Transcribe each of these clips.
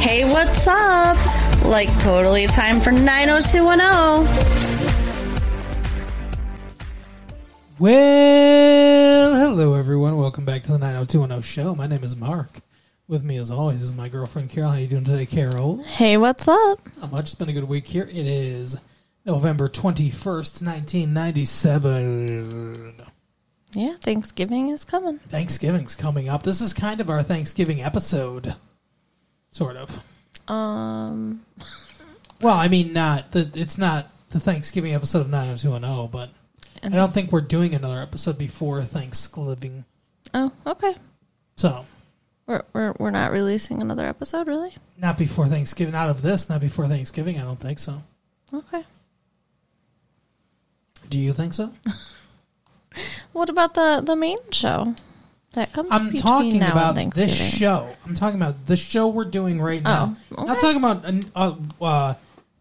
Hey, what's up? Like, totally time for 90210. Well, hello everyone. Welcome back to the 90210 show. My name is Mark. With me as always is my girlfriend Carol. How you doing today, Carol? Hey, what's up? Not much. It's been a good week here. It is November 21st, 1997. Yeah, Thanksgiving is coming. Thanksgiving's coming up. This is kind of our Thanksgiving episode. Sort of. Um, Well, I mean not the it's not the Thanksgiving episode of 90210, but I don't think we're doing another episode before Thanksgiving. oh, okay. So, We're, we're, we're not releasing another episode, really? not before Thanksgiving, not of this, not before Thanksgiving, I don't think so. Okay. Do you think so? What about the, the main show that comes I'm between talking now and about this Thanksgiving? Oh, show. I'm talking about the show we're doing right now. okay. Not talking about an- uh, uh,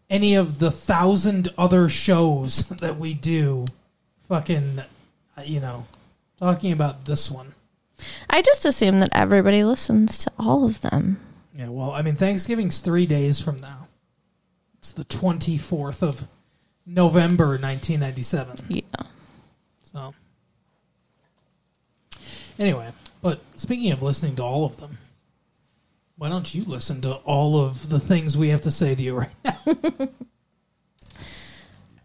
any of the thousand other shows that we do. Fucking, uh, you know, talking about this one. I just assume that everybody listens to all of them. Yeah, well, I mean, Thanksgiving's three days from now. It's the 24th of November, 1997. Yeah. So, anyway, but speaking of listening to all of them, why don't you listen to all of the things we have to say to you right now?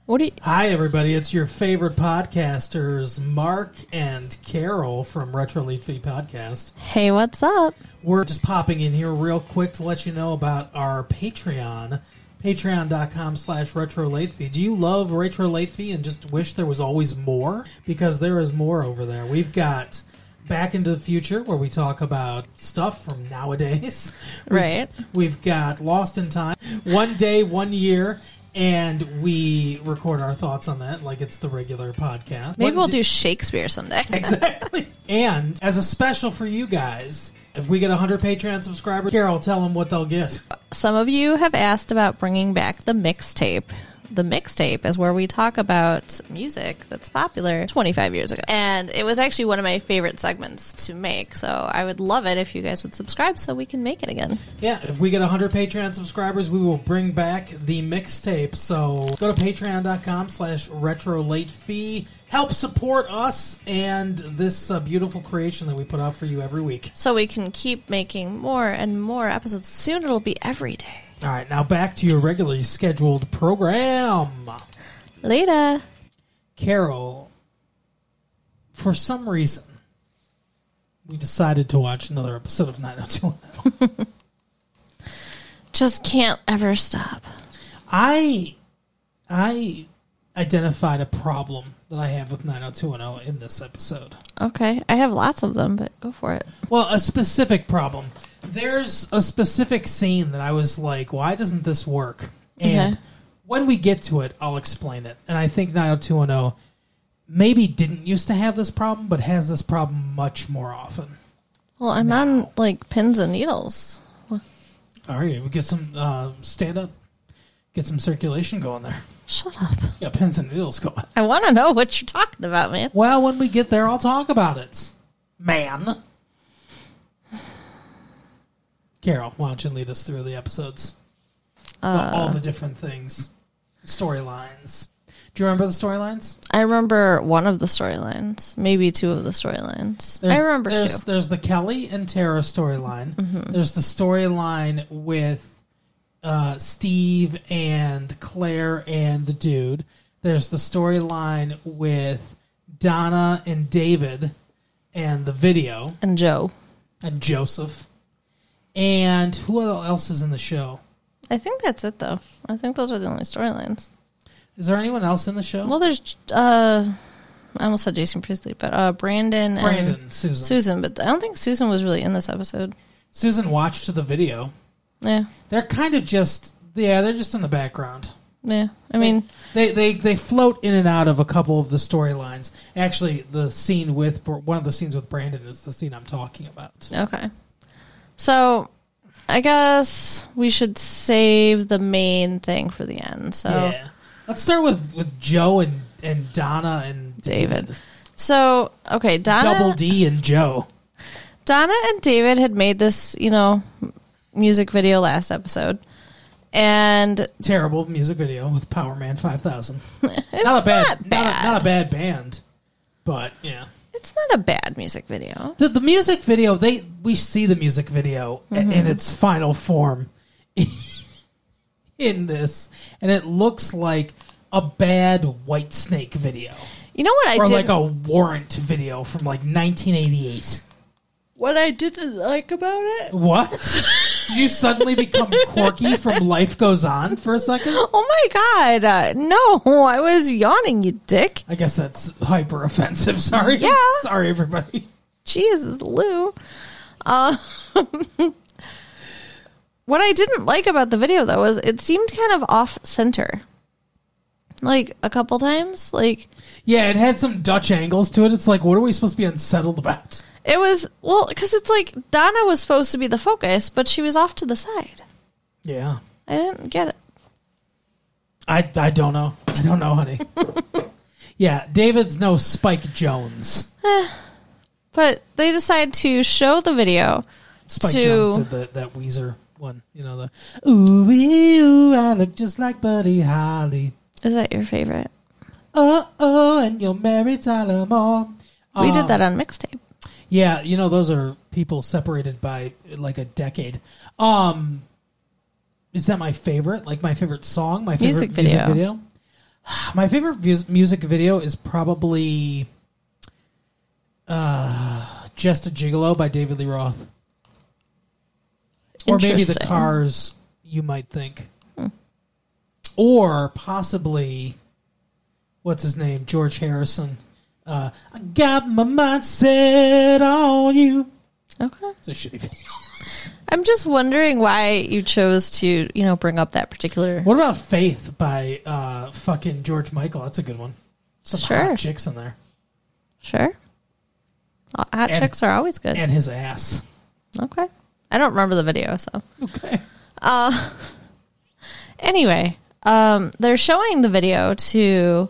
What do you, Hi, everybody. It's your favorite podcasters, Mark and Carol from Retro Leafy Podcast. Hey, what's up? We're just popping in here real quick to let you know about our Patreon. Patreon.com slash retro late fee. Do you love retro late fee and just wish there was always more? Because there is more over there. We've got Back into the Future, where we talk about stuff from nowadays. Right. We've got Lost in Time, One Day, One Year, and we record our thoughts on that like it's the regular podcast. Maybe What we'll d- do Shakespeare someday. Exactly. and as a special for you guys, if we get 100 Patreon subscribers, Carol, tell them what they'll get. Some of you have asked about bringing back the mixtape. The mixtape is where we talk about music that's popular 25 years ago. And it was actually one of my favorite segments to make. So I would love it if you guys would subscribe so we can make it again. Yeah, if we get 100 Patreon subscribers, we will bring back the mixtape. So go to patreon.com slash retro late fee. Help support us and this uh, beautiful creation that we put out for you every week. So we can keep making more and more episodes. Soon it'll be every day. All right, now back to your regularly scheduled program. Later. Carol, for some reason, we decided to watch another episode of 90210. Just can't ever stop. I I identified a problem that I have with 90210 in this episode. Okay. I have lots of them, but go for it. Well, a specific problem. There's a specific scene that I was like, why doesn't this work? And Okay. when we get to it, I'll explain it. And I think 90210 maybe didn't used to have this problem, but has this problem much more often. Well, I'm on like pins and needles. All right, we get some uh, stand up, get some circulation going there. Shut up. Yeah, pins and needles going. I want to know what you're talking about, man. Well, when we get there, I'll talk about it. Man. Carol, why don't you lead us through the episodes? Uh. Well, all the different things, storylines. Do you remember the storylines? I remember one of the storylines, maybe two of the storylines. I remember Mm-hmm. two. there's, There's the Kelly and Tara storyline. There's the storyline with uh, Steve and Claire and the dude. There's the storyline with Donna and David and the video. And Joe. and Joseph. And who else is in the show? I think that's it, though. I think those are the only storylines. Is there anyone else in the show? Well, there's, uh, I almost said Jason Priestley, but uh, Brandon, Brandon, and Susan. Susan. But I don't think Susan was really in this episode. Susan watched the video. Yeah, They're kind of just yeah, they're just in the background. yeah. I mean, They they they float in and out of a couple of the storylines. Actually, the scene with one of the scenes with Brandon is the scene I'm talking about. okay. So I guess we should save the main thing for the end. So. Yeah. Let's start with with Joe and and Donna and David. So okay, Donna Double D and Joe. Donna and David had made this, you know, music video last episode. And Terrible music video with Power Man 5000. it's not a bad, not Not, a, not a bad band, but yeah. it's not a bad music video. The, the music video, they we see the music video i- Mm-hmm. in its final form in this, and it looks like a bad White Snake video You know what I or did? like a Warrant video from like 1988. what I didn't like about it? What? Did you suddenly become quirky from Life Goes On for a second? Oh my god! Uh, no, I was yawning. You dick. I guess that's hyper offensive. Sorry. Yeah. Sorry, everybody. Jesus, Lou. Uh, what I didn't like about the video though was it seemed kind of off center. Like a couple times, like Yeah, it had some Dutch angles to it. It's like, what are we supposed to be unsettled about? it was well because it's like Donna was supposed to be the focus, but she was off to the side. Yeah. I didn't get it. I, I don't know. I don't know, honey. yeah, David's no Spike Jones. But they decide to show the video Spike to Jones did the, that Weezer one. You know, the ooh, wee, ooh, I look just like Buddy Holly. is that your favorite? Oh, oh, and you'll marry Tyler Moore. we Um, did that on mixtape. Yeah, you know those are people separated by like a decade. Um is that my favorite? Like my favorite song, my favorite Music music video. video. My favorite mus- music video is probably uh Just a Gigolo by David Lee Roth. Or maybe the Interesting. Hmm. Cars you might think. Or possibly what's his name? George Harrison. Uh, I got my mind set on you. Okay. It's a shitty video. I'm just wondering why you chose to, you know, bring up that particular What about Faith by uh, fucking George Michael? That's a good one. Some Sure. hot chicks in there. Sure. Uh, Hot And- chicks are always good. And his ass. okay. I don't remember the video, so. Okay. Anyway, um, they're showing the video to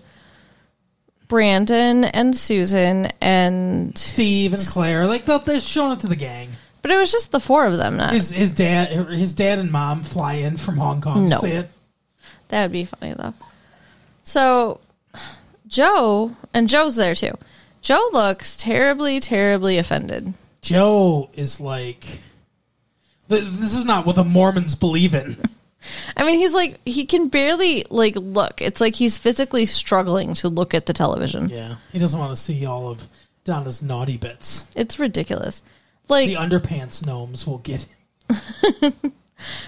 Brandon and Susan, and. Steve and Claire, like they're- they're showing it to the gang. But it was just the four of them, not. His his dad, his dad and mom fly in from Hong Kong. No. to See it. That would be funny, though. So, Joe, and Joe's there too. Joe looks terribly, terribly offended. Joe is like, th- this is not what the Mormons believe in. I mean, he's like, he can barely, like, look. It's like he's physically struggling to look at the television. yeah, he doesn't want to see all of Donna's naughty bits. It's ridiculous. Like, The underpants gnomes will get him.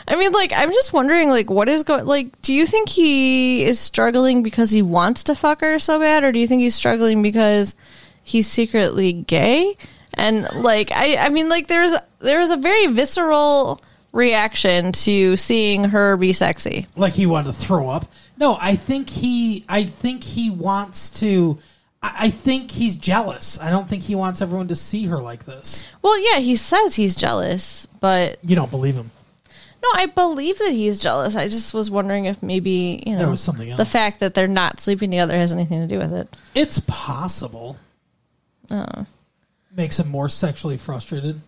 I mean, like, I'm just wondering, like, what is going? Like, do you think he is struggling because he wants to fuck her so bad, or do you think he's struggling because he's secretly gay? And like, I, I mean, like, there's there is a very visceral reaction to seeing her be sexy. like he wanted to throw up. No, I think he I think he wants to I I think he's jealous. I don't think he wants everyone to see her like this. Well, yeah, he says he's jealous, but You don't believe him. no, I believe that he's jealous. I just was wondering if maybe you know was something the else. fact that they're not sleeping together has anything to do with it. It's possible. Oh. Makes him more sexually frustrated.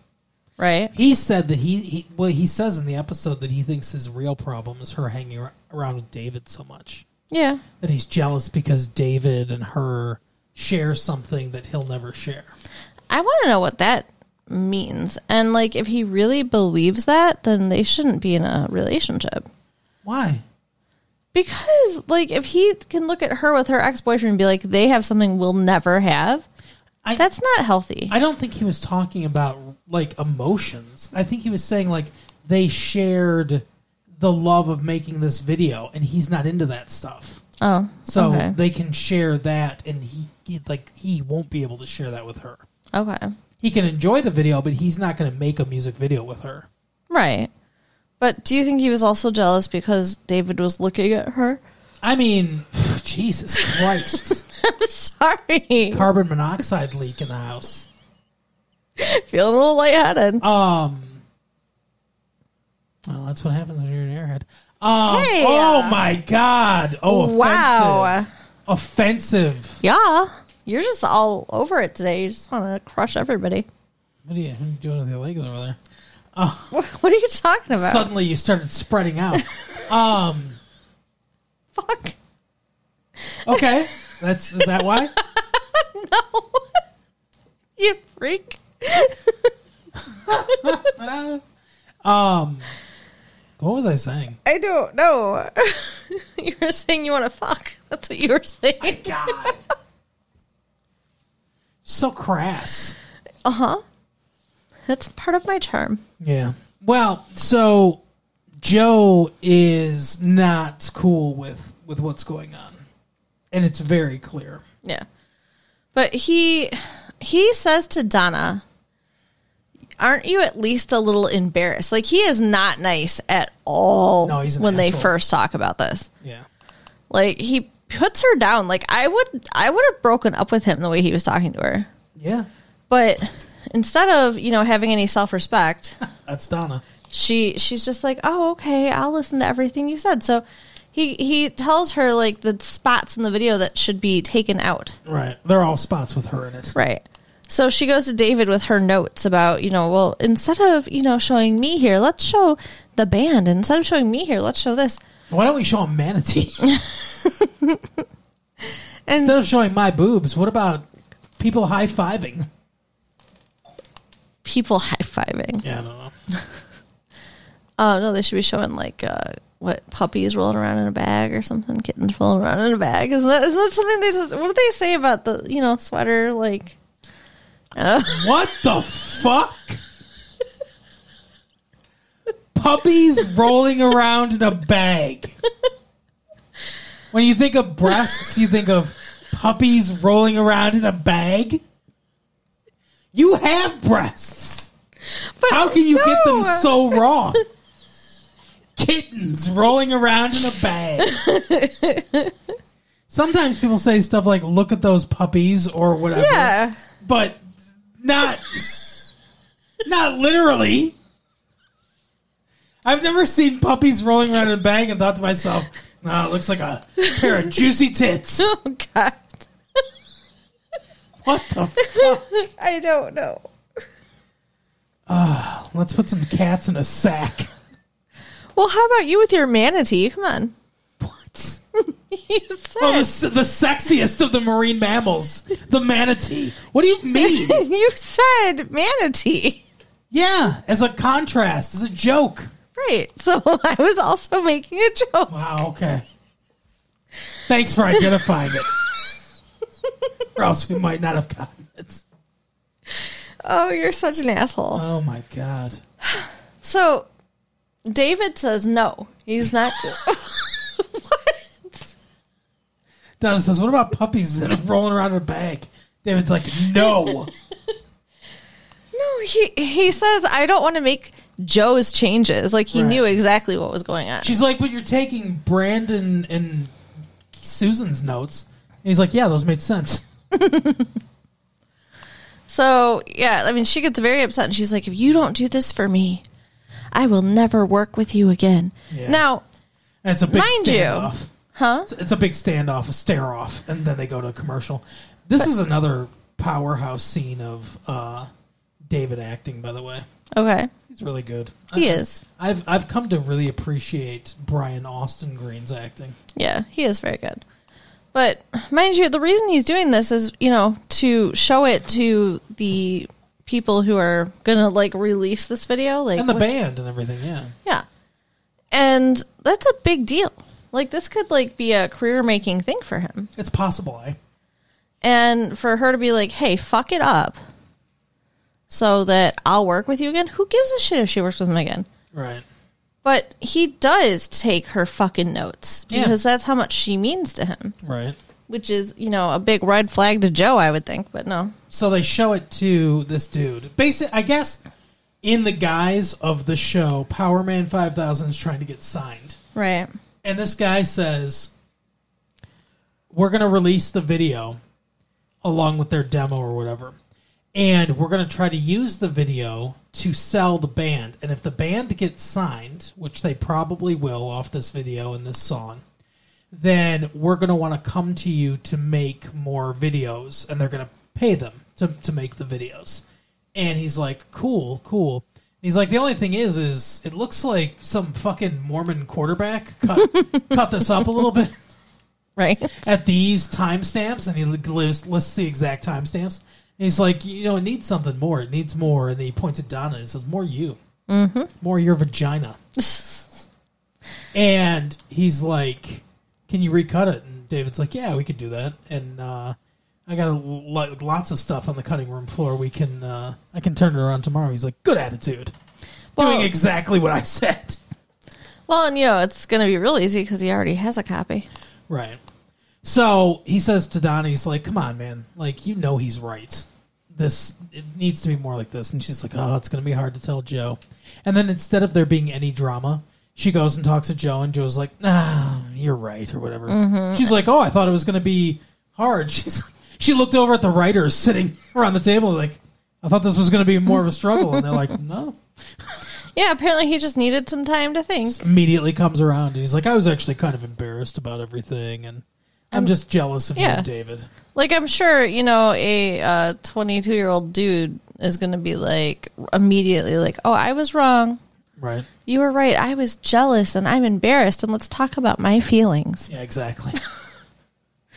Right? He said that he, he well he says in the episode that he thinks his real problem is her hanging ar- around with David so much Yeah. that he's jealous because David and her share something that he'll never share. I want to know what that means. And like, if he really believes that, then they shouldn't be in a relationship. Why? Because like, if he can look at her with her ex boyfriend and be like, they have something we'll never have, I- that's not healthy. I don't think he was talking about like emotions. I think he was saying like they shared the love of making this video, and he's not into that stuff. oh, So okay. they can share that, and he, he like he won't be able to share that with her. okay, He can enjoy the video, but he's not going to make a music video with her. right. But do you think he was also jealous because David was looking at her? I mean, Jesus Christ! I'm sorry, Carbon monoxide leak in the house. feeling a little lightheaded. Um. Well, that's what happens when you're an airhead. Um, Hey! uh, oh my God! Oh, Wow. offensive. offensive. yeah, you're just all over it today. You just want to crush everybody. What are you, what are you doing with your legs over there? What, what are you talking about? Suddenly you started spreading out. Um, Fuck. Okay. That's is that why? You freak. um what was I saying? I don't know. you were saying you want to fuck. That's what you were saying. God. so crass. Uh huh. That's part of my charm. Yeah. Well, so Joe is not cool with with what's going on. And it's very clear. Yeah. But he he says to Donna, "Aren't you at least a little embarrassed?" Like he is not nice at all No, he's an when they asshole. first talk about this. Yeah. Like he puts her down. Like I would I would have broken up with him the way he was talking to her. Yeah. But instead of, you know, having any self-respect, That's Donna. she she's just like, "Oh, okay, I'll listen to everything you said." So he he tells her like the spots in the video that should be taken out. Right. They're all spots with her in it. Right. So she goes to David with her notes about, you know, well, instead of, you know, showing me here, let's show the band. And instead of showing me here, let's show this. Why don't we show him manatee? And Instead of showing my boobs, what about people high fiving? people high fiving. Yeah, I don't know. Oh, no, they should be showing like, uh, what puppies rolling around in a bag or something? Kittens rolling around in a bag? Isn't that isn't that something they just? What do they say about the you know sweater? Like, What the fuck? Puppies rolling around in a bag. When you think of breasts, you think of puppies rolling around in a bag. You have breasts. But How can you get them no. so wrong? Kittens rolling around in a bag. Sometimes people say stuff like, look at those puppies or whatever Yeah, but not not literally. I've never seen puppies rolling around in a bag and thought to myself, "Nah, it looks like a pair of juicy tits." oh god, What the fuck? I don't know. Let's put some cats in a sack. Well, how about you with your manatee? Come on, What? you said Oh, the, s- the sexiest of the marine mammals, the manatee. What do you mean? you said manatee. Yeah, as a contrast, as a joke. Right. So I was also making a joke. Wow, okay. Thanks for identifying it. or else we might not have gotten it. Oh, you're such an asshole. Oh my god. So David says no. He's not. Donna says, What about puppies that are rolling around in a bag? David's like, No. no, he he says I don't want to make Joe's changes. Like he Right. knew exactly what was going on. She's like, But you're taking Brandon and Susan's notes. And he's like, Yeah, those made sense. So yeah, I mean, she gets very upset, and she's like, "If you don't do this for me, I will never work with you again." Yeah. Now, And it's a big Mind you. standoff. huh? It's- It's a big standoff, a stare off, and then they go to a commercial. This is another powerhouse scene of uh, David acting, by the way. Okay, He's really good. he I- is. I've I've come to really appreciate Brian Austin Green's acting. Yeah, he is very good. But mind you, the reason he's doing this is, you know, to show it to the people who are gonna like release this video, like And the what- band and everything, yeah. yeah, and that's a big deal. Like this could like be a career making thing for him, It's possible, eh? and for her to be like, "Hey, fuck it up," so that I'll work with you again. Who gives a shit if she works with him again? Right. But he does take her fucking notes Yeah. because that's how much she means to him. Right. which is you know a big red flag to Joe, I would think. But no, So they show it to this dude. Basic I guess in the guise of the show, Power Man five thousand is trying to get signed. right? And this guy says we're gonna release the video along with their demo or whatever. And we're gonna try to use the video to sell the band. And if the band gets signed, which they probably will off this video and this song, then we're going to want to come to you to make more videos and they're going to pay them to, to make the videos. And he's like, cool, cool. He's like, the only thing is, is it looks like some fucking Mormon quarterback cut, cut this up a little bit right? at these timestamps, and he lists, lists the exact timestamps. And he's like, you know, it needs something more. It needs more. And he points at Donna and says, more you. Mm-hmm. More your vagina. and he's like, can you recut it? And David's like, yeah, we could do that. And uh, I got a, lo- lots of stuff on the cutting room floor. We can, uh, I can turn it around tomorrow. He's like, good attitude. Well- Doing exactly what I said. Well, and you know, it's going to be real easy because he already has a copy. Right. So he says to Donnie, he's like, come on, man. Like, you know he's right. This, it needs to be more like this. And she's like, oh, it's going to be hard to tell Joe. And then instead of there being any drama, she goes and talks to Joe, and Joe's like, nah, you're right, or whatever. She's like, oh, I thought it was going to be hard. She's she looked over at the writers sitting around the table, like, I thought this was going to be more of a struggle. And they're like, no. Yeah, apparently he just needed some time to think. Immediately comes around, and he's like, I was actually kind of embarrassed about everything, and I'm just jealous of Yeah. you, David. Like, I'm sure, you know, a 22 year old dude is going to be like immediately like, oh, I was wrong. Right. You were right. I was jealous and I'm embarrassed. And let's talk about my feelings. Yeah, exactly.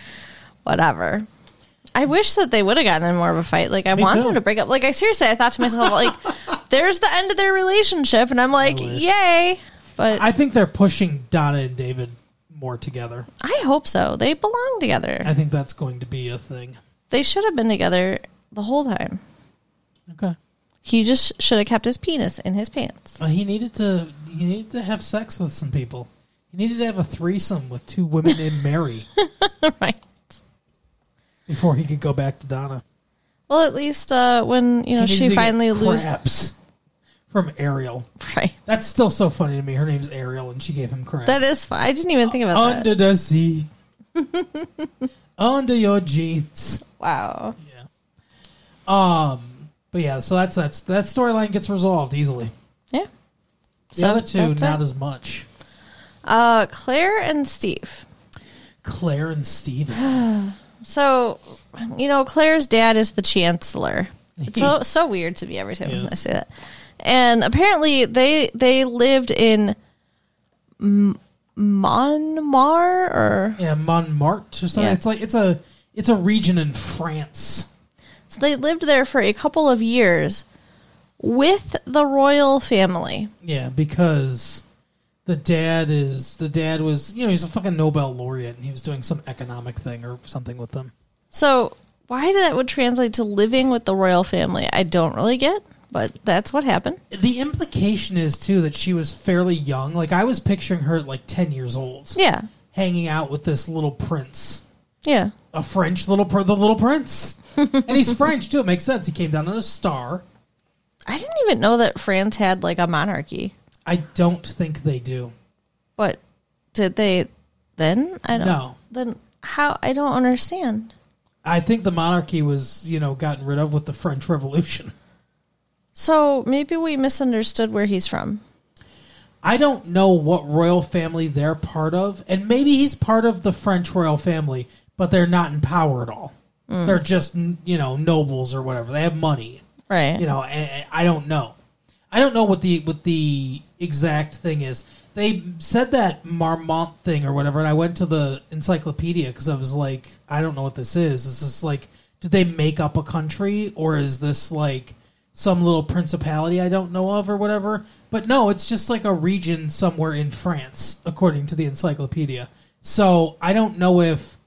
Whatever. I wish that they would have gotten in more of a fight. Like, I Me want too. them to break up. Like, I seriously, I thought to myself, like, there's the end of their relationship. And I'm like, wish. yay. But I think they're pushing Donna and David more together. I hope so. They belong together. I think that's going to be a thing. They should have been together the whole time. Okay. He just should have kept his penis in his pants. Uh, he needed to he needed to have sex with some people. He needed to have a threesome with two women named Mary right. before he could go back to Donna. Well, at least uh, when you know He needed she to get finally loses, crabs from Ariel. right? That's still so funny to me. Her name's Ariel, and she gave him crabs. That is fine. I didn't even think about under that. the sea, under your jeans. Wow. Yeah. Um. But yeah, so that's that's that storyline gets resolved easily. Yeah. The other two, that's not it. as much. Uh, Claire and Steve. Claire and Steven. So, you know, Claire's dad is the chancellor. It's so so weird to me every time I Yes. say that. And apparently, they they lived in M- Monmar or yeah, Montmartre or something. Yeah. It's like it's a it's a region in France. So they lived there for a couple of years with the royal family. Yeah, because the dad is the dad was you know he's a fucking Nobel laureate and he was doing some economic thing or something with them. So why that would translate to living with the royal family, I don't really get, but that's what happened. The implication is too that she was fairly young. Like I was picturing her at like ten years old, Yeah. hanging out with this little prince. Yeah. a French little pr- the little prince, and he's French too. It makes sense. He came down on a star. I didn't even know that France had like a monarchy. I don't think they do. But did they then? I don't No. Then how I don't understand. I think the monarchy was you know gotten rid of with the French Revolution. So maybe we misunderstood where he's from. I don't know what royal family they're part of, and maybe he's part of the French royal family, but they're not in power at all. They're just n- you know nobles or whatever. They have money. Right. you know I- I, I don't know i don't know what the what the exact thing is they said that marmont thing or whatever and i went to the encyclopedia because i was like i don't know what this is this is like did they make up a country or is this like some little principality i don't know of or whatever but no it's just like a region somewhere in france according to the encyclopedia so i don't know if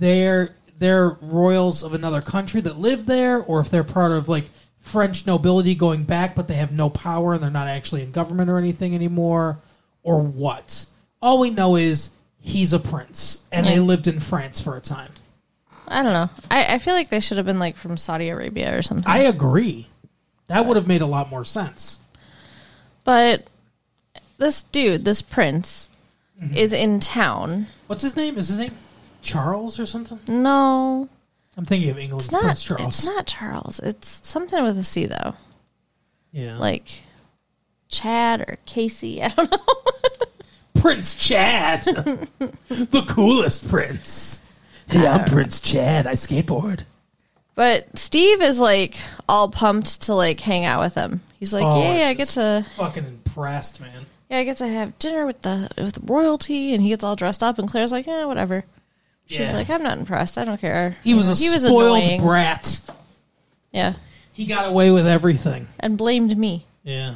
they're they're royals of another country that live there, or if they're part of like French nobility going back, but they have no power and they're not actually in government or anything anymore, or what. All we know is he's a prince, and they Yeah. lived in France for a time. I don't know. I, I feel like they should have been like from Saudi Arabia or something. I agree. That would have made a lot more sense. But this dude, this prince, Mm-hmm. is in town. What's his name? Is his name Charles or something? No, I'm thinking of England's Mm. it's not. Prince Charles. It's not Charles. It's something with a C though, yeah, like Chad or Casey. I don't know. Prince Chad, the coolest prince. Hey, I'm Prince Chad. I skateboard. But Steve is like all pumped to like hang out with him. He's like, Oh, "Yay, I get just to Fucking impressed, man. yeah, I get to have dinner with the with royalty." And he gets all dressed up, and Claire's like, "Yeah, whatever." She's Yeah. like, "I'm not impressed. I don't care." He was a spoiled annoying. brat. Yeah, He got away with everything. and blamed me. Yeah.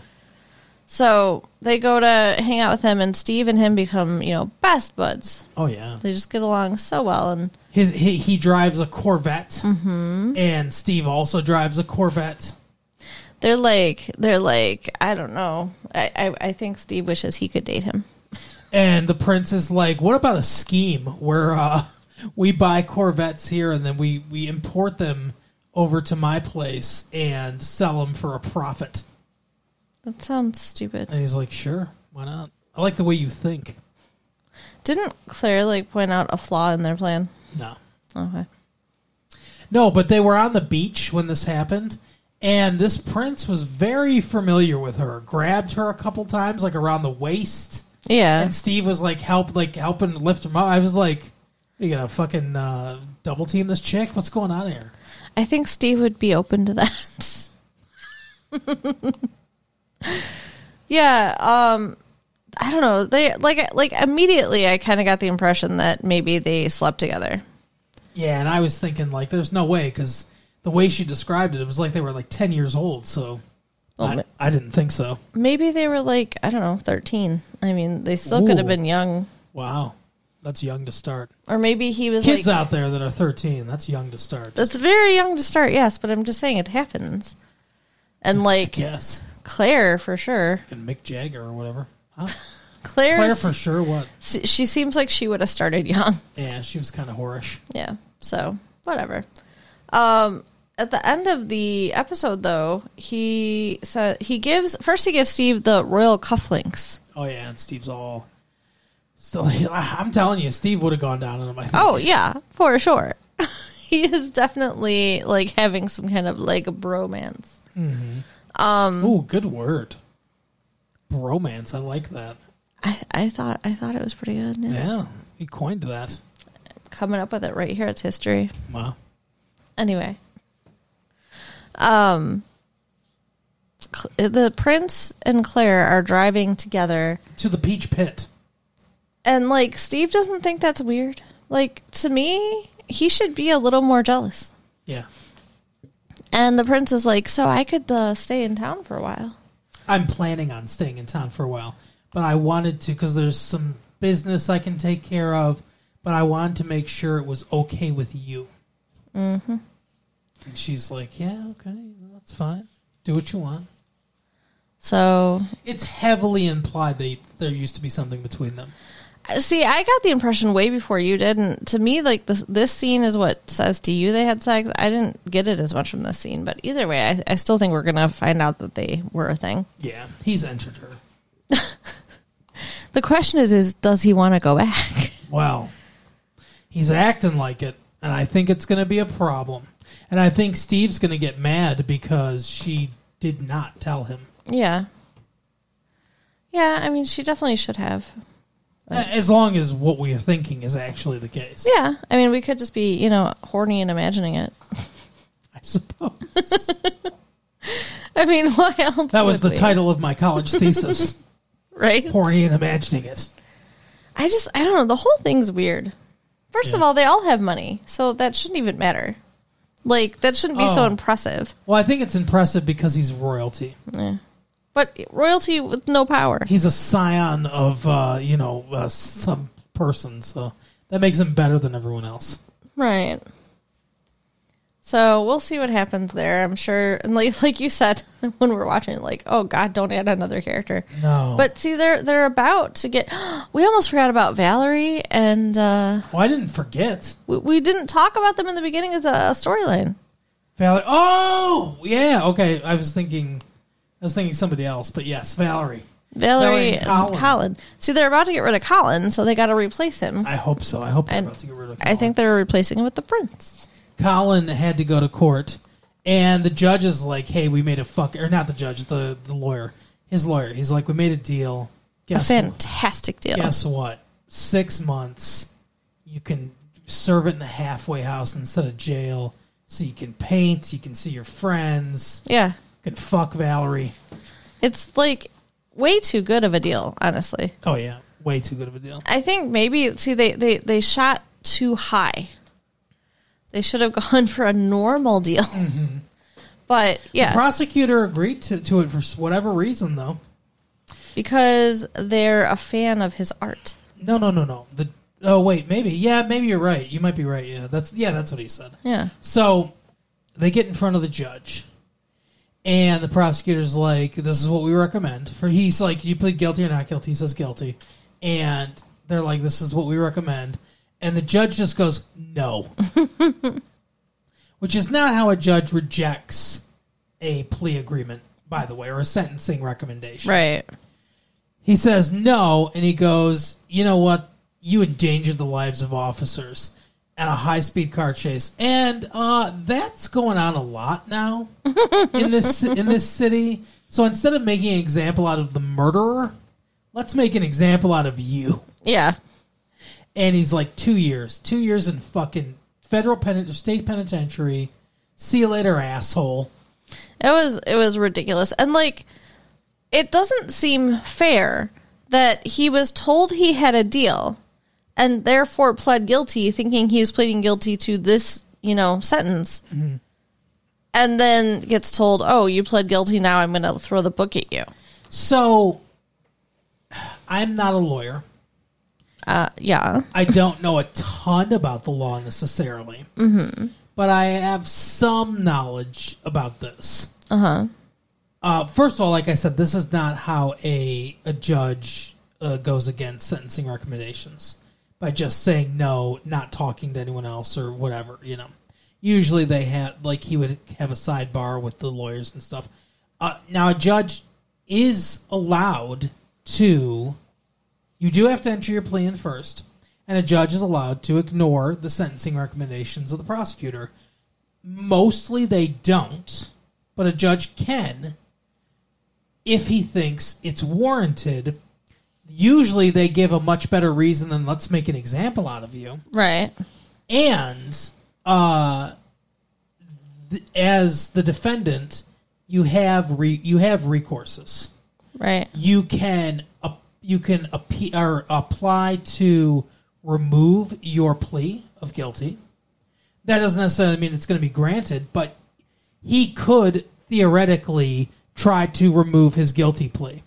So they go to hang out with him, and Steve and him become you know best buds. Oh yeah. They just get along so well, and His he, he drives a Corvette, and Steve also drives a Corvette. they're like they're like I don't know. I I, I think Steve wishes he could date him. And the prince is like, "What about a scheme where uh, we buy Corvettes here and then we we import them over to my place and sell them for a profit?" That sounds stupid. And he's like, "Sure, why not? I like the way you think." Didn't Claire like point out a flaw in their plan? No, Okay. no, but they were on the beach when this happened. And this prince was very familiar with her. Grabbed her a couple times, like around the waist. Yeah. and Steve was like help like helping lift him up. I was like, "What, "You gonna fucking uh, double team this chick? What's going on here?" I think Steve would be open to that. yeah, um I don't know. They like like immediately I kind of got the impression that maybe they slept together. Yeah, and I was thinking like, "There's no way," because the way she described it, it was like they were like ten years old. So Well, I, Oh, ma- I didn't think so. maybe they were like, I don't know, 13. I mean, they still could have Ooh. been young Wow, that's young to start. or maybe he was Kids like out there that are 13, that's young to start. That's very young to start, yes, but I'm just saying it happens. And like Yes, Claire for sure. fucking Mick Jagger or whatever. Huh? Claire, Claire for sure. What? she seems like she would have started young. Yeah, she was kind of whorish. Yeah. So whatever. Um, at the end of the episode, though, he said he gives first he gives Steve the royal cufflinks. Oh yeah, and Steve's all. Still, I'm telling you, Steve would have gone down on him. I think. Oh yeah, for sure. he is definitely like having some kind of like bromance. Ooh, good word. Bromance. I like that. I, I thought I thought it was pretty good. Yeah. Yeah, he coined that. Coming up with it right here, it's history. Wow. Anyway, um, Cl- the prince and Claire are driving together. To the peach pit. And like Steve doesn't think that's weird. Like to me, he should be a little more jealous. Yeah. And the prince is like, "So I could uh, stay in town for a while." I'm planning on staying in town for a while, but I wanted to because there's some business I can take care of, but I wanted to make sure it was okay with you. Mm-hmm. And she's like, yeah, okay, that's fine. Do what you want. So, It's heavily implied that there used to be something between them. see, I got the impression way before you did, and to me, like this this scene is what says to you they had sex. I didn't get it as much from this scene, but either way, I, I still think we're gonna find out that they were a thing. Yeah. He's entered her. The question is, is does he want to go back? Well, he's acting like it, and I think it's going to be a problem. And I think Steve's going to get mad because she did not tell him. yeah, yeah. I mean, she definitely should have. A- As long as what we are thinking is actually the case. Yeah, I mean, we could just be, you know, horny and imagining it. I suppose. I mean, why else? That was would the we? title of my college thesis right? Horny and Imagining It. I just, I don't know. The whole thing's weird. First of Yeah. all, they all have money, so that shouldn't even matter. Like that shouldn't be so Oh. impressive. Well, I think it's impressive because he's royalty. But royalty with no power. He's a scion of, uh, you know, uh, some person, so that makes him better than everyone else. Right. So we'll see what happens there. I'm sure, and like like you said when we're watching, like oh god, don't add another character. No. But see, they're they're about to get. We almost forgot about Valerie and uh, Well, Oh, I didn't forget. we, we didn't talk about them in the beginning as a storyline. Valerie. Oh, yeah. Okay, I was thinking, I was thinking somebody else, but yes, Valerie. Valerie Valerie and and Colin. Colin. See, they're about to get rid of Colin, so they got to replace him. I hope so. I hope they're And about to get rid of. Colin. I think they're replacing him with the prince. Colin had to go to court, and the judge is like, "Hey, we made a fuck," or not the judge, the the lawyer, his lawyer. He's like, "We made a deal. Guess a fantastic deal. guess what? Six months. You can serve it in a halfway house instead of jail. So you can paint, you can see your friends, Yeah. you can fuck Valerie. It's like way too good of a deal, honestly. Oh yeah, way too good of a deal. I think maybe see they they they shot too high. They should have gone for a normal deal. But yeah, Prosecutor agreed to, to it for s- whatever reason though. because they're a fan of his art. No, no, no, no. The oh wait, maybe yeah, maybe you're right. You might be right. Yeah, that's yeah, that's what he said. Yeah. So they get in front of the judge, and the prosecutor's like, "This is what we recommend." For he's like, "You plead guilty or not guilty?" He says guilty, and they're like, "This is what we recommend," and the judge just goes, "No," which is not how a judge rejects a plea agreement, by the way, or a sentencing recommendation. Right. He says no, and he goes, "You know what? You endangered the lives of officers at a high-speed car chase, and uh, that's going on a lot now in this in this city. So instead of making an example out of the murderer, let's make an example out of you." Yeah. And he's like, two years, two years in fucking federal penitentiary, state penitentiary. See you later, asshole." It was it was ridiculous. And like it doesn't seem fair that he was told he had a deal and therefore pled guilty thinking he was pleading guilty to this, you know, sentence. And then gets told, "Oh, you pled guilty now. I'm going to throw the book at you." So I'm not a lawyer. Uh, yeah. I don't know a ton about the law necessarily, mm-hmm. but I have some knowledge about this. Uh-huh. First of all, like I said, this is not how a a judge uh, goes against sentencing recommendations by just saying no, not talking to anyone else or whatever. You know, usually they had like he would have a sidebar with the lawyers and stuff. Uh, now a judge is allowed to you do have to enter your plea in first, and a judge is allowed to ignore the sentencing recommendations of the prosecutor. Mostly they don't, but a judge can if he thinks it's warranted. Usually they give a much better reason than let's make an example out of you Right. and uh, th- as the defendant, you have re- you have recourses. Right. You can ap- you can appe- or apply to remove your plea of guilty. That doesn't necessarily mean it's going to be granted, but he could theoretically try to remove his guilty plea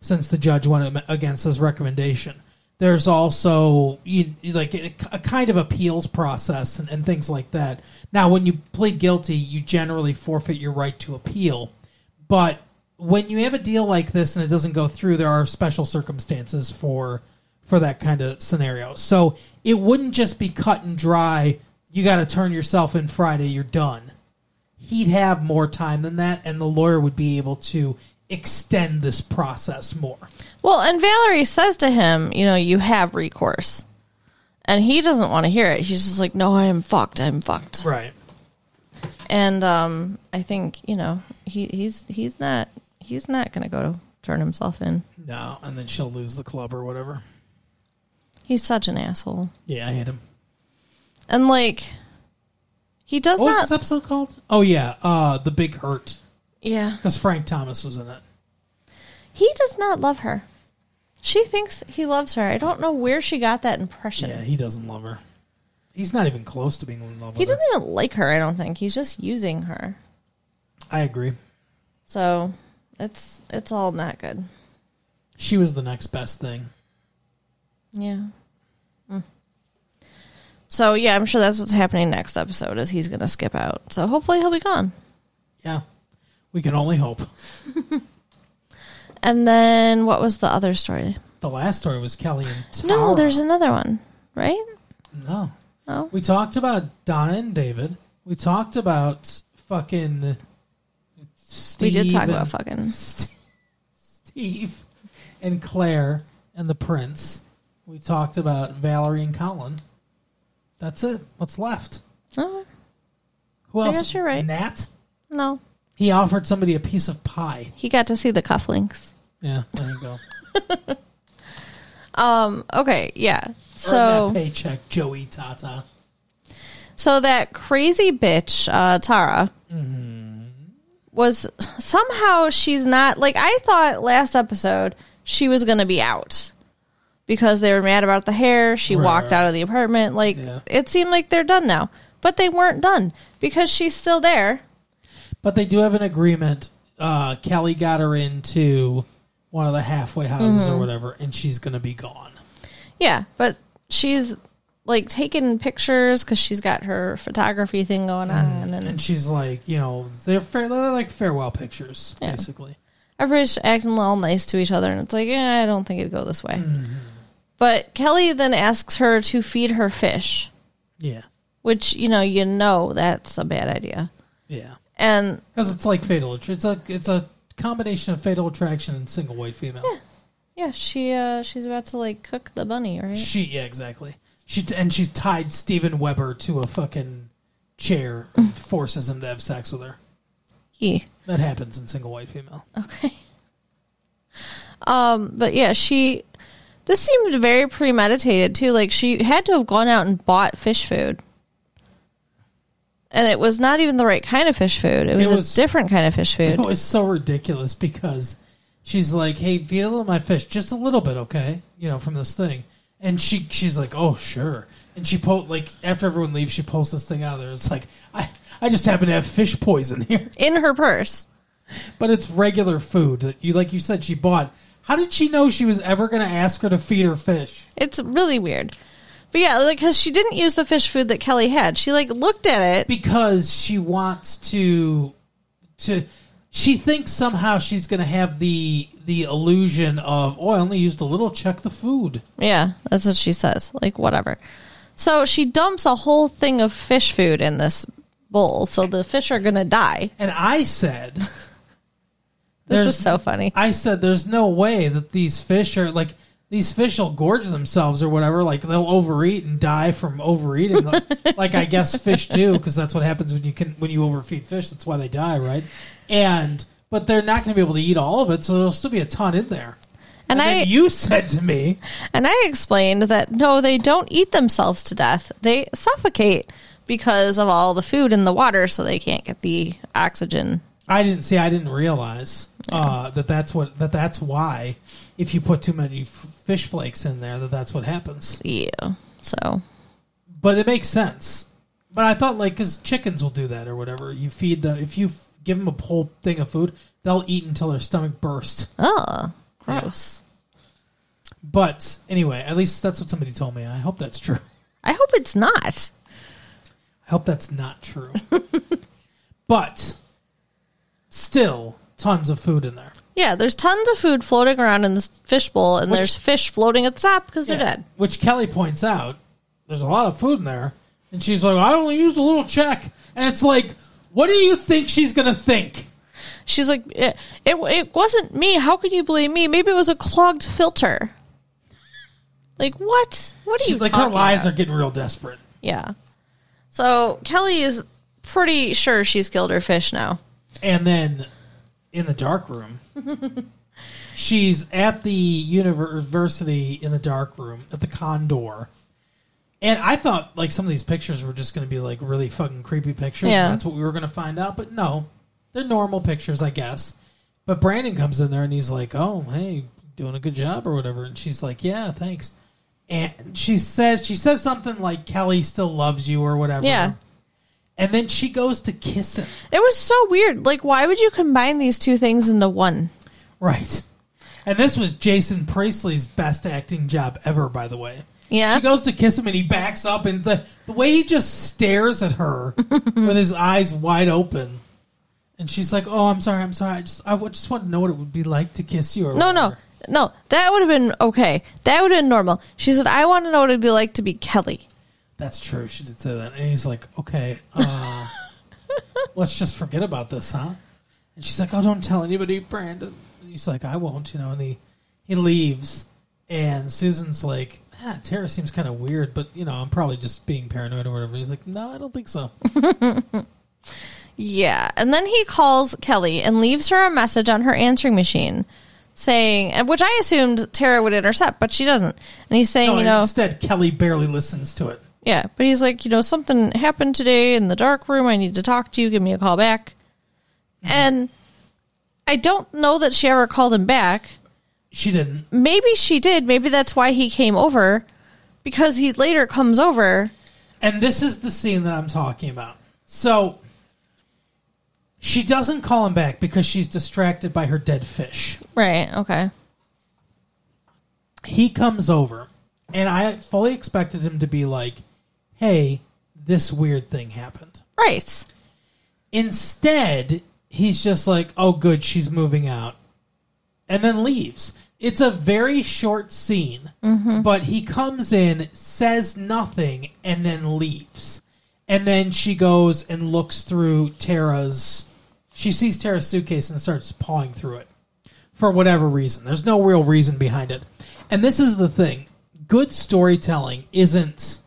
since the judge went am- against his recommendation. There's also you, you- like a, a kind of appeals process and, and things like that. Now, when you plead guilty, you generally forfeit your right to appeal. But when you have a deal like this and it doesn't go through, there are special circumstances for for that kind of scenario. So it wouldn't just be cut and dry. You got to turn yourself in Friday. You're done he'd have more time than that, and the lawyer would be able to extend this process more. Well, and Valerie says to him, you know, you have recourse. And he doesn't want to hear it. He's just like, "No, I am fucked. I'm fucked." Right. and um, I think you know he, he's he's not he's not going to go to turn himself in. No, and then she'll lose the club or whatever. He's such an asshole, Yeah, I hate him. and like he does What was not. this episode called? Oh yeah, uh, the Big Hurt, Yeah, because Frank Thomas was in it. he does not love her. She thinks he loves her. I don't know where she got that impression. Yeah, he doesn't love her. He's not even close to being in love he with her. doesn't even like her. I don't think he's just using her. I agree. So it's it's all not good. She was the next best thing. Yeah. Mm. So yeah, I'm sure that's what's happening next episode. Is he's going to skip out? So hopefully he'll be gone. Yeah, we can only hope. And then what was the other story? The last story was Kelly and Tara. No, there's another one, right? no. Oh, We talked about Donna and David. We talked about fucking. we Steve did talk and- about fucking. Steve and Claire and the Prince. We talked about Valerie and Colin. That's it. What's left? Oh, Who I else? guess you're right. Nat. no, He offered somebody a piece of pie. he got to see the cufflinks. Yeah, there you go. Um. Okay. Yeah. Earn that So paycheck, Joey Tata. So that crazy bitch, uh, Tara, Mm-hmm. was somehow she's not like I thought last episode she was going to be out because they were mad about the hair. She Right, walked right. out of the apartment. Like Yeah. it seemed like they're done now, but they weren't done because she's still there. But they do have an agreement. Uh, Kelly got her into one of the halfway houses Mm-hmm. or whatever, and she's going to be gone. Yeah, but she's like taking pictures because she's got her photography thing going on, and Mm-hmm. And she's like, you know, they're, fair, they're like farewell pictures, Yeah. basically. everybody's acting all nice to each other, and it's like, yeah, I don't think it'd go this way. But Kelly then asks her to feed her fish, Yeah. which you know, you know, that's a bad idea. Yeah. And Because it's like fatal. Attr- It's a it's a combination of fatal attraction and single white female. yeah, she uh, she's about to like cook the bunny, right? She yeah exactly. She t- and she's tied Steven Weber to a fucking chair, and forces him to have sex with her. Yeah. That happens in single white female. Okay. Um, but yeah, she. This seemed very premeditated too. Like she had to have gone out and bought fish food, and it was not even the right kind of fish food. It was, was- a different kind of fish It food. was so ridiculous because she's like, "Hey, feed a little of my fish, just a little bit, okay? You know, from this thing." And she she's like, "Oh, sure." And she pulled like after everyone leaves, she pulls this thing out of there. It's like I I just happen to have fish poison here, In her purse, but it's regular food that you like you said she bought. How did she know she was ever going to ask her to feed her fish? it's really weird. But yeah, like because she didn't use the fish food that Kelly had. She like looked at it. because she wants to to she thinks somehow she's going to have the the illusion of oh I only used a little check the food Yeah, that's what she says. Like whatever. So she dumps a whole thing of fish food in this bowl. So the fish are gonna die. and I said This There's- is so funny. I said there's no way that these fish are like these fish will gorge themselves or whatever like they'll overeat and die from overeating like, like I guess fish do because that's what happens when you can when you overfeed fish that's why they die right and but they're not going to be able to eat all of it so there'll still be a ton in there And I then you said to me and I explained that no, they don't eat themselves to death. They suffocate because of all the food in the water, so they can't get the oxygen. I didn't see. I didn't realize uh, that that's what that that's why. If you put too many f- fish flakes in there, that that's what happens. Yeah. So But it makes sense. But I thought like because chickens will do that or whatever. You feed them if you f- give them a whole thing of food, they'll eat until their stomach bursts. oh gross. But anyway, at least that's what somebody told me. I hope that's true. I hope it's not. I hope that's not true. but still, tons of food in there. Yeah, there's tons of food floating around in this fish bowl, and Which- there's fish floating at the top because they're Yeah. dead. Which Kelly points out, there's a lot of food in there, and she's like, "I only used a little check," and it's like, "What do you think she's gonna think?" She's like, it, it, it wasn't me. How could you blame me? Maybe it was a clogged filter. Like what? What are She's you like, her talking lies about? are getting real desperate. Yeah. So Kelly is pretty sure she's killed her fish now. And then, in the dark room, she's at the university in the dark room at the Condor. And I thought like some of these pictures were just going to be like really fucking creepy pictures. Yeah. And that's what we were going to find out, but no, they're normal pictures, I guess. But Brandon comes in there and he's like, "Oh, hey, doing a good job or whatever," and she's like, "Yeah, thanks." And she says she says something like Kelly still loves you or whatever. Yeah. And then she goes to kiss him. It was so weird. Like, why would you combine these two things into one? Right. And this was Jason Priestley's best acting job ever, by the way. Yeah. She goes to kiss him and he backs up and the the way he just stares at her with his eyes wide open. And she's like, "Oh, I'm sorry. I'm sorry. I just I would- just want to know what it would be like to kiss you." Or No, no, whatever. no. That would have been okay. That would have been normal. She said, "I want to know what it'd be like to be Kelly." That's true. She did say that. And he's like, "Okay, uh, let's just forget about this, huh?" And she's like, "Oh, don't tell anybody, Brandon." And he's like, "I won't," you know. And he he leaves, and Susan's like, "Ah, Tara seems kind of weird, but you know, I'm probably just being paranoid or whatever." He's like, "No, I don't think so." Yeah, and then he calls Kelly and leaves her a message on her answering machine, saying, and which I assumed Tara would intercept, but she doesn't. And he's saying, No, you know, instead, Kelly barely listens to it. Yeah, but he's like, you know, something happened today in the dark room. I need to talk to you. Give me a call back. And I don't know that she ever called him back. She didn't. Maybe she did. Maybe that's why he came over because he later comes over. And this is the scene that I'm talking about. So she doesn't call him back because she's distracted by her dead fish. Right. Okay. He comes over, and I fully expected him to be like, hey, this weird thing happened. Right. Instead, he's just like, oh, good, she's moving out, and then leaves. It's a very short scene, but he comes in, says nothing, and then leaves. And then she goes and looks through Tara's. She sees Tara's suitcase and starts pawing through it for whatever reason. There's no real reason behind it. And this is the thing good storytelling isn't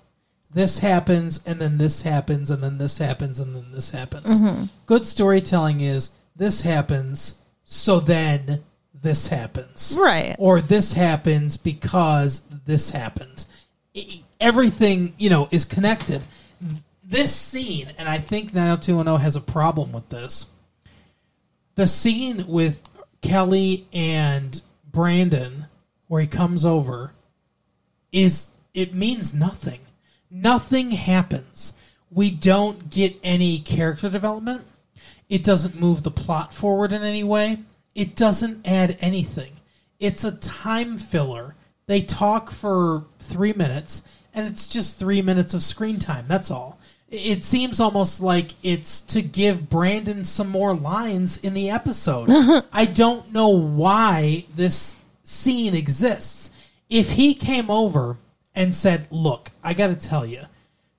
this happens and then this happens and then this happens and then this happens. Good storytelling is this happens, so then this happens. Right. Or this happens because this happened. E- Everything, you know, is connected. Th- This scene, and I think 90210 has a problem with this the scene with Kelly and Brandon where he comes over is it means nothing. Nothing happens. We don't get any character development. It doesn't move the plot forward in any way. It doesn't add anything. It's a time filler. They talk for 3 minutes and it's just 3 minutes of screen time. That's all. It seems almost like it's to give Brandon some more lines in the episode. I don't know why this scene exists. If he came over and said, Look, I got to tell you,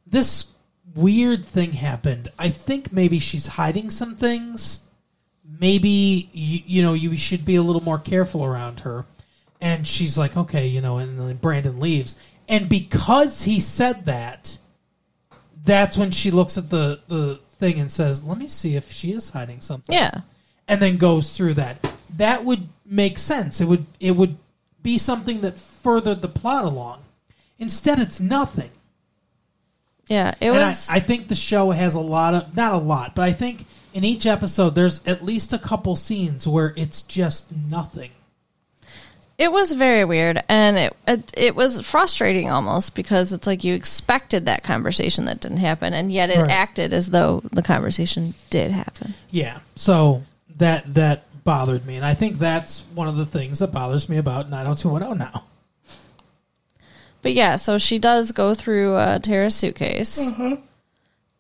this weird thing happened. I think maybe she's hiding some things. Maybe, you, you know, you should be a little more careful around her. And she's like, Okay, you know, and then Brandon leaves. And because he said that, that's when she looks at the, the thing and says, Let me see if she is hiding something Yeah. and then goes through that. That would make sense. It would it would be something that furthered the plot along. Instead, it's nothing. Yeah. It and was. I, I think the show has a lot of not a lot, but I think in each episode there's at least a couple scenes where it's just nothing. It was very weird, and it, it it was frustrating almost because it's like you expected that conversation that didn't happen, and yet it Right. acted as though the conversation did happen. Yeah. So that that bothered me, and I think that's one of the things that bothers me about 90210 now. But yeah, so she does go through uh, Tara's suitcase,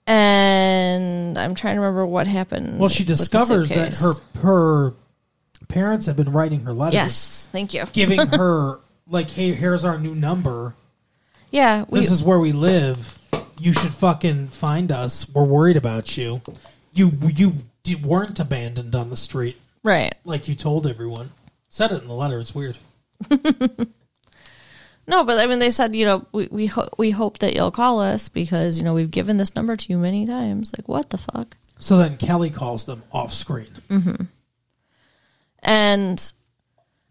and I'm trying to remember what happened. Well, she with the discovers that suitcase. her her parents have been writing her letters. yes, thank you. giving her like, hey, here's our new number. Yeah, we This is where we live. You should fucking find us. We're worried about you. You you d- weren't abandoned on the street right. like you told everyone. Said it in the letter. It's weird. No, but I mean, they said, you know, we we, ho- we hope that you'll call us because you know we've given this number to you many times. Like, what the fuck? So then Kelly calls them off screen. And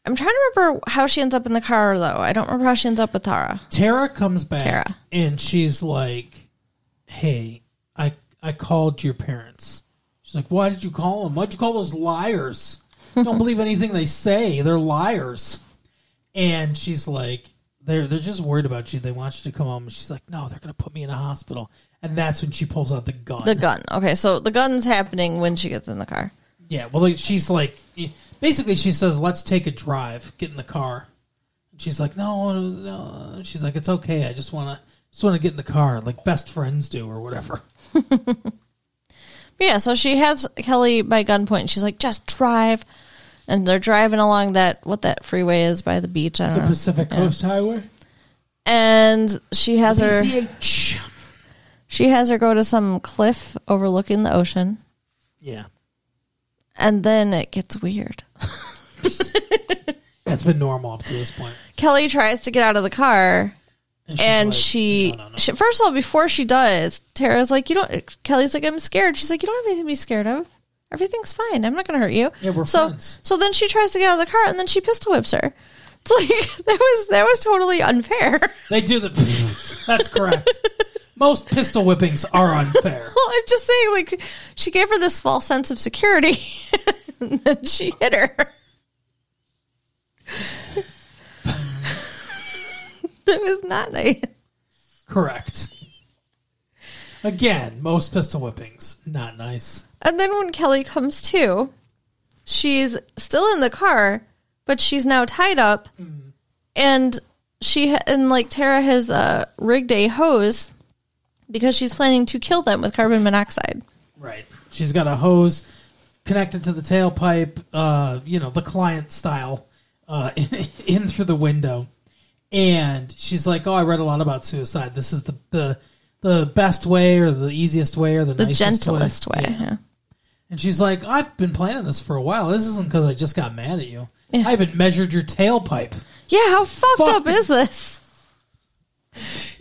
I'm trying to remember how she ends up in the car, though. I don't remember how she ends up with Tara. Tara comes back Tara. and she's like, "Hey, I I called your parents." She's like, "Why did you call them? Why'd you call those liars? Don't believe anything they say. They're liars." And she's like, "They're they're just worried about you. They want you to come home." And she's like, "No, they're gonna put me in a hospital." And that's when she pulls out the gun. The gun. Okay, so the gun's happening when she gets in the car. Yeah, well, like, she's like, basically, she says, "Let's take a drive, get in the car." She's like, "No, no." She's like, "It's okay. I just want to, just want to get in the car, like best friends do, or whatever." But yeah, so she has Kelly by gunpoint. and She's like, just drive. And they're driving along that, what that freeway is by the beach. I don't The know. Pacific Yeah. Coast Highway, And she has her, PCH. she has her go to some cliff overlooking the ocean. Yeah, And then it gets weird. that's been normal up to this point. Kelly tries to get out of the car And, she's and like, she, "No, no, no." she first of all before she does tara's like you don't kelly's like i'm scared she's like you don't have anything to be scared of everything's fine i'm not gonna hurt you Yeah, we're so friends. so then she tries to get out of the car and then she pistol whips her it's like that was that was totally unfair They do the. That's correct. Most pistol whippings are unfair. Well, I'm just saying, like, she gave her this false sense of security, and then she hit her. that was not nice. Correct. Again, most pistol whippings, not nice. And then when Kelly comes to, she's still in the car, but she's now tied up, Mm-hmm. and she ha- and like Tara has uh, rigged a hose because she's planning to kill them with carbon monoxide. Right. She's got a hose connected to the tailpipe, uh, you know, the client style, uh, in through the window. And she's like, "Oh, I read a lot about suicide. This is the the, the best way, or the easiest way, or the, The nicest gentlest way. Yeah. yeah. And she's like, "I've been planning this for a while. This isn't because I just got mad at you. I haven't measured your tailpipe." Yeah, how fucked Fuck. up is this?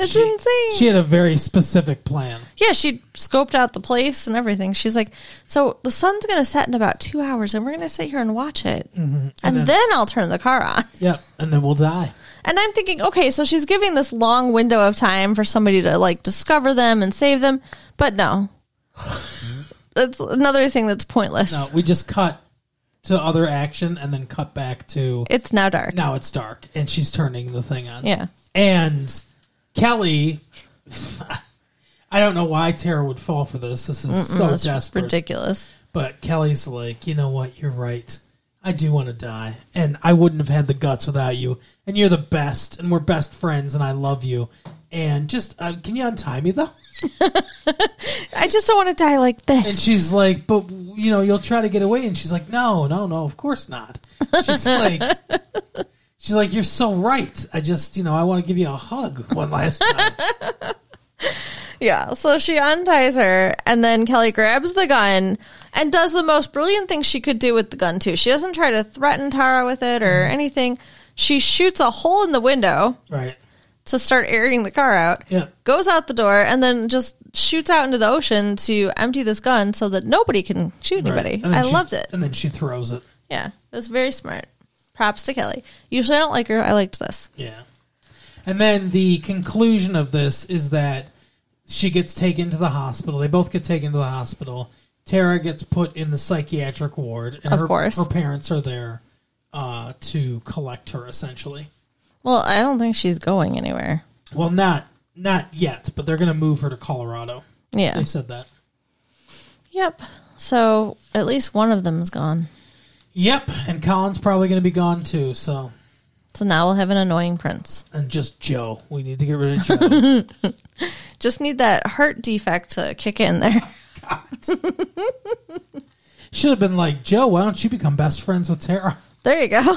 It's She- insane. She had a very specific plan. yeah, she scoped out the place and everything. She's like, so the sun's going to set in about two hours, and we're going to sit here and watch it. Mm-hmm. And, then, I'll turn the car on. Yep, and then we'll die. And I'm thinking, okay, so she's giving this long window of time for somebody to like discover them and save them, but no. that's another thing that's pointless. No, we just cut to other action and then cut back to It's now dark. now it's dark and she's turning the thing on. Yeah. And Kelly, I don't know why Tara would fall for this. This is so That's Oh, desperate. ridiculous. But Kelly's like, you know what? You're right. I do want to die, and I wouldn't have had the guts without you. And you're the best, and we're best friends, and I love you. And just uh, can you untie me though? I just don't want to die like this. And she's like, but you know, you'll try to get away. And she's like, no, no, no, of course not. She's like, she's like, you're so right. I just, you know, I want to give you a hug one last time. Yeah, so she unties her, and then Kelly grabs the gun and does the most brilliant thing she could do with the gun, too. She doesn't try to threaten Tara with it or Mm-hmm. anything. She shoots a hole in the window right. to start airing the car out, Yeah. goes out the door, and then just shoots out into the ocean to empty this gun so that nobody can shoot Right. anybody. And then I she- loved it. And then she throws it. Yeah, it was very smart. Props to Kelly. Usually I don't like her. I liked this. Yeah. And then the conclusion of this is that she gets taken to the hospital. They both get taken to the hospital. Tara gets put in the psychiatric ward, and Of her, course. her parents are there uh, to collect her, essentially. Well, I don't think she's going anywhere. Well, not not yet, but they're going to move her to Colorado. Yeah. They said that. Yep. So at least one of them's gone. Yep, and Colin's probably going to be gone too. So, So now we'll have an annoying prince. and just Joe. We need to get rid of Joe. Just need that heart defect to kick in there. Should have been like Joe. Why don't you become best friends with Tara? There you go.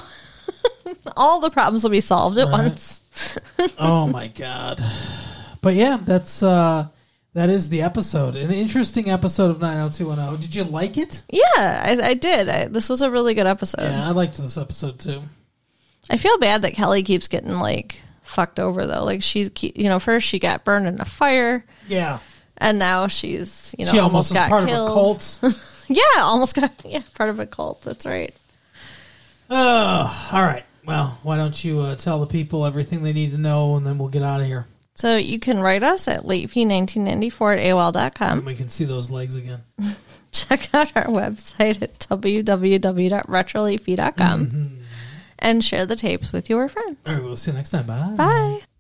All the problems will be solved at Right. once. oh my god. But yeah, that's uh that is the episode. An interesting episode of 90210. Did you like it? Yeah, I, I did. I, this was a really good episode. Yeah, I liked this episode too. I feel bad that Kelly keeps getting like fucked over though. Like she's, ke- you know, first she got burned in a fire, Yeah. and now she's, you know, she almost, almost, was got part killed. of a cult. Yeah, almost got yeah part of a cult. That's right. Ugh. all right. Well, why don't you uh, tell the people everything they need to know and then we'll get out of here. So you can write us at latefee1994 at AOL.com. And we can see those legs again. check out our website at Mm-hmm. www.retroleafy.com and share the tapes with your friends. All right, we'll see you next time. Bye. Bye.